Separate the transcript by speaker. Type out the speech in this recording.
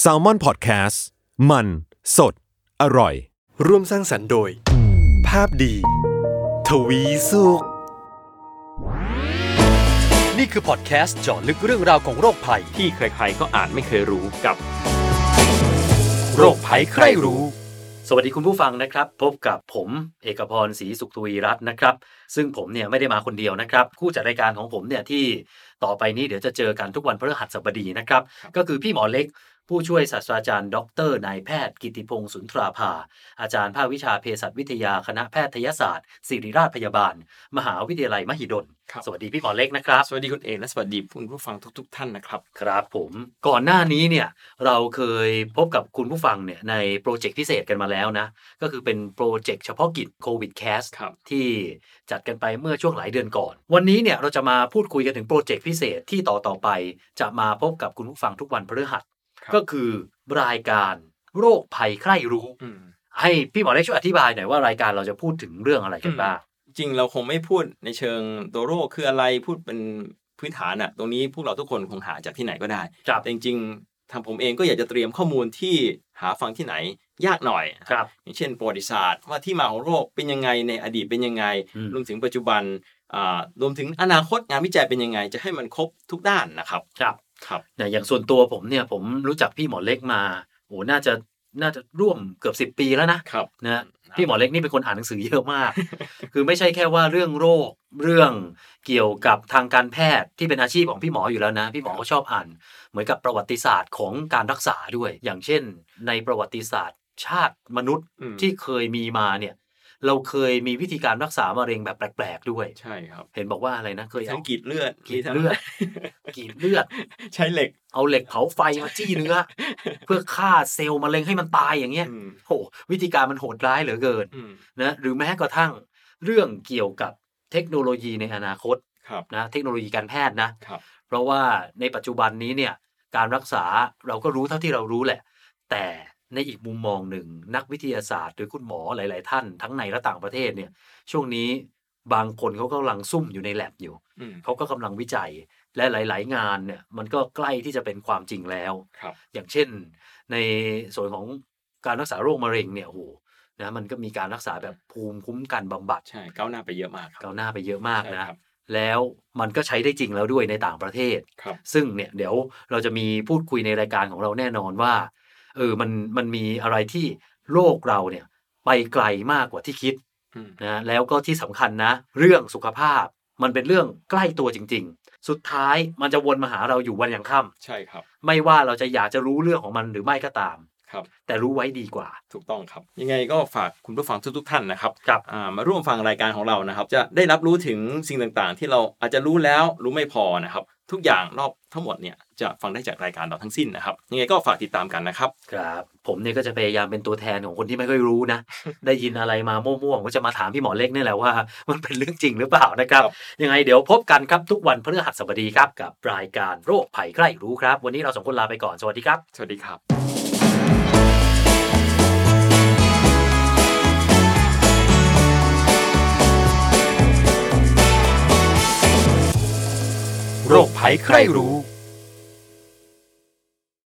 Speaker 1: แซลมอนพอดแคสต์มันสดอร่อย
Speaker 2: ร่วมสร้างสรรค์โดย ภาพดี ทวีสุข นี่คือพอดแคสต์เจาะลึกเรื่องราวของโรคภัย
Speaker 3: ที่ใครๆ ก็อ่านไม่เคยรู้กับ
Speaker 2: โรคภัยใครรู้
Speaker 3: สวัสดีคุณผู้ฟังนะครับ พบกับผมเอกพรศรีสุขทวีรัตน์นะครับ ซึ่งผมเนี่ยไม่ได้มาคนเดียวนะครับผู้จัดรายการของผมเนี่ยที่ต่อไปนี้เดี๋ยวจะเจอกันทุกวันพฤหัสบดีนะครับ ก็คือพี่หมอเล็ก ผู้ช่วยศาสตราจารย์ ดรนายแพทย์กิติพงศ์สุนทราภา อาจารย์ภาควิชาเภสัชวิทยาคณะแพทยศาสตร์ ศิริราชพยาบาล มหาวิทยาลัยมหิดล
Speaker 4: ครับ
Speaker 3: สวัสดีพี่หมอเล็กนะครับ
Speaker 4: สวัสดีคุณเอกและสวัสดีคุณผู้ฟังทุก ๆ ท่านนะครับ
Speaker 3: ครับผมก่อนหน้านี้เนี่ยเราเคยพบกับคุณผู้ฟังเนี่ยในโปรเจกต์พิเศษกันมาแล้วนะ ก็คือเป็นโปรเจกต์เฉพาะกิจโควิดแคส
Speaker 4: ครับ
Speaker 3: ที่จัดกันไปเมื่อช่วงหลายเดือนก่อน วันนี้เนี่ยเราจะมาพูดคุยกันถึงโปรเจกต์พิเศษที่ต่อต่อไป จะมาพบกับคุณผู้ฟังทุกวันพฤหัส
Speaker 4: ครับ
Speaker 3: ก็คือรายการโรคภัยใคร่รู้
Speaker 4: อืม
Speaker 3: ให้พี่หมอเล็กช่วยอธิบายหน่อยว่ารายการเราจะพูดถึงเรื่องอะไรกันบ้าง
Speaker 4: จริงเราคงไม่พูดในเชิงตัวโรคคืออะไรพูดเป็นพื้นฐานอะตรงนี้พวกเราทุกคนคงหาจากที่ไหนก็ได้
Speaker 3: ครับ
Speaker 4: แต่จริงๆทางผมเองก็อยากจะเตรียมข้อมูลที่หาฟังที่ไหนยากหน่อย
Speaker 3: ครับ
Speaker 4: อย่างเช่นประวัติศาสตร์ว่าที่มาของโรคเป็นยังไงในอดีตเป็นยังไง
Speaker 3: อืม
Speaker 4: รวมถึงปัจจุบันอ่ารวมถึงอนาคตงานวิจัยเป็นยังไง จะให้มันครบทุกด้านนะครับ
Speaker 3: ครับ
Speaker 4: ครับ
Speaker 3: เนี่ยอย่างส่วนตัวผมเนี่ยผมรู้จักพี่หมอเล็กมาโอ้น่าจะน่าจะร่วมเกือบสิบ10 ปีแล้วนะครับ นะพี่หมอเล็กนี่เป็นคนอ่านหนังสือเยอะมาก คือไม่ใช่แค่ว่าเรื่องโรคเรื่องเกี่ยวกับทางการแพทย์ที่เป็นอาชีพของพี่หมออยู่แล้วนะ พี่หมอก็ชอบอ่าน เหมือนกับประวัติศาสตร์ของการรักษาด้วย อย่างเช่น ในประวัติศาสตร์ ชาติมนุษย์
Speaker 4: อืม
Speaker 3: ที่เคยมีมาเนี่ยเราเคยมีวิธีการรักษามะเร็งแบบแปลกๆด้วย
Speaker 4: ใช่ครับ
Speaker 3: เห็นบอกว่าอะไรนะเคย
Speaker 4: มีทั้
Speaker 3: เอา
Speaker 4: งกรีดเลือด
Speaker 3: กรีด
Speaker 4: มีทั้ง
Speaker 3: เลือดกรีดเลือด
Speaker 4: ใช้เหล็ก
Speaker 3: เอาเหล็กเผาไฟมาจี้เนื้ อ เพื่อฆ่าเซลล์มะเร็งให้มันตายอย่างเงี้ย
Speaker 4: อืม
Speaker 3: โหวิธีการมันโหดร้ายเหลือเกิน
Speaker 4: อืม
Speaker 3: นะหรือแม้กระทั่งเรื่องเกี่ยวกับเทคโนโลยีในอนาคต
Speaker 4: ครับ
Speaker 3: นะเทคโนโลยีการแพทย์นะครับ เพราะว่าในปัจจุบันนี้เนี่ยการรักษาเราก็รู้เท่าที่เรารู้แหละ แต่ในอีกมุมมองหนึ่งนักวิทยาศาสตร์ หรือคุณหมอหลาย ๆ ท่านทั้งในและต่างประเทศเนี่ยช่วงนี้บางคนเขากำลังซุ่มอยู่ในแลบอยู่
Speaker 4: อืม
Speaker 3: เขาก็กำลังวิจัยและหลาย ๆ งานเนี่ยมันก็ใกล้ที่จะเป็นความจริงแล้ว
Speaker 4: ครับ
Speaker 3: อย่างเช่น ในส่วนของการรักษาโรคมะเร็งเนี่ยโอ้โหนะมันก็มีการรักษาแบบภูมิคุ้มกันบำบัด
Speaker 4: ใช่ก้าวหน้าไปเยอะมากครับ
Speaker 3: ก้าวหน้าไปเยอะมาก
Speaker 4: ใช่
Speaker 3: นะ
Speaker 4: ครับ
Speaker 3: แล้วมันก็ใช้ได้จริงแล้วด้วยในต่างประเทศ
Speaker 4: ครับ
Speaker 3: ซึ่งเนี่ยเดี๋ยวเราจะมีพูดคุยในรายการของเราแน่นอนว่าเออมันมันมีอะไรที่โลกเราเนี่ยไปไกลมากกว่าที่คิด
Speaker 4: อืม
Speaker 3: นะแล้วก็ที่สำคัญนะ เรื่องสุขภาพมันเป็นเรื่องใกล้ตัวจริง ๆ สุดท้ายมันจะวนมาหาเราอยู่วันยังค่
Speaker 4: ใช่ครับ
Speaker 3: ำไม่ว่าเราจะอยากจะรู้เรื่องของมันหรือไม่ก็ตาม
Speaker 4: ครับ
Speaker 3: แต่รู้ไว้ดีกว่า
Speaker 4: ถูกต้องครับ ยังไงก็ฝากคุณผู้ฟังทุกๆท่านนะครับ
Speaker 3: ครับ
Speaker 4: อ่ามาร่วมฟังรายการของเรานะครับ จะได้รับรู้ถึงสิ่งต่างๆ ที่เราอาจจะรู้แล้วรู้ไม่พอนะครับ ทุกอย่างรอบทั้งหมดเนี่ยจะฟังได้จากรายการเราทั้งสิ้นนะครับยังไงก็ฝากติดตามกันนะครับ
Speaker 3: ครับ ผมเนี่ยก็จะพยายามเป็นตัวแทนของคนที่ไม่ค่อยรู้ นะ ได้ยินอะไรมามั่วๆผมก็จะมาถามพี่หมอเล็กเนี่ยแหละว่า มันเป็นเรื่องจริงหรือเปล่านะครับ
Speaker 4: ครับ
Speaker 3: ยังไงเดี๋ยวพบกันครับทุกวันพฤหัสบดีครับกับรายการโรคภัยใกล้รู้ครับ วันนี้เราสองคนลาไปก่อนสวัสดีครับ
Speaker 4: สวัสดีครับ
Speaker 2: โรคภัยใครรู้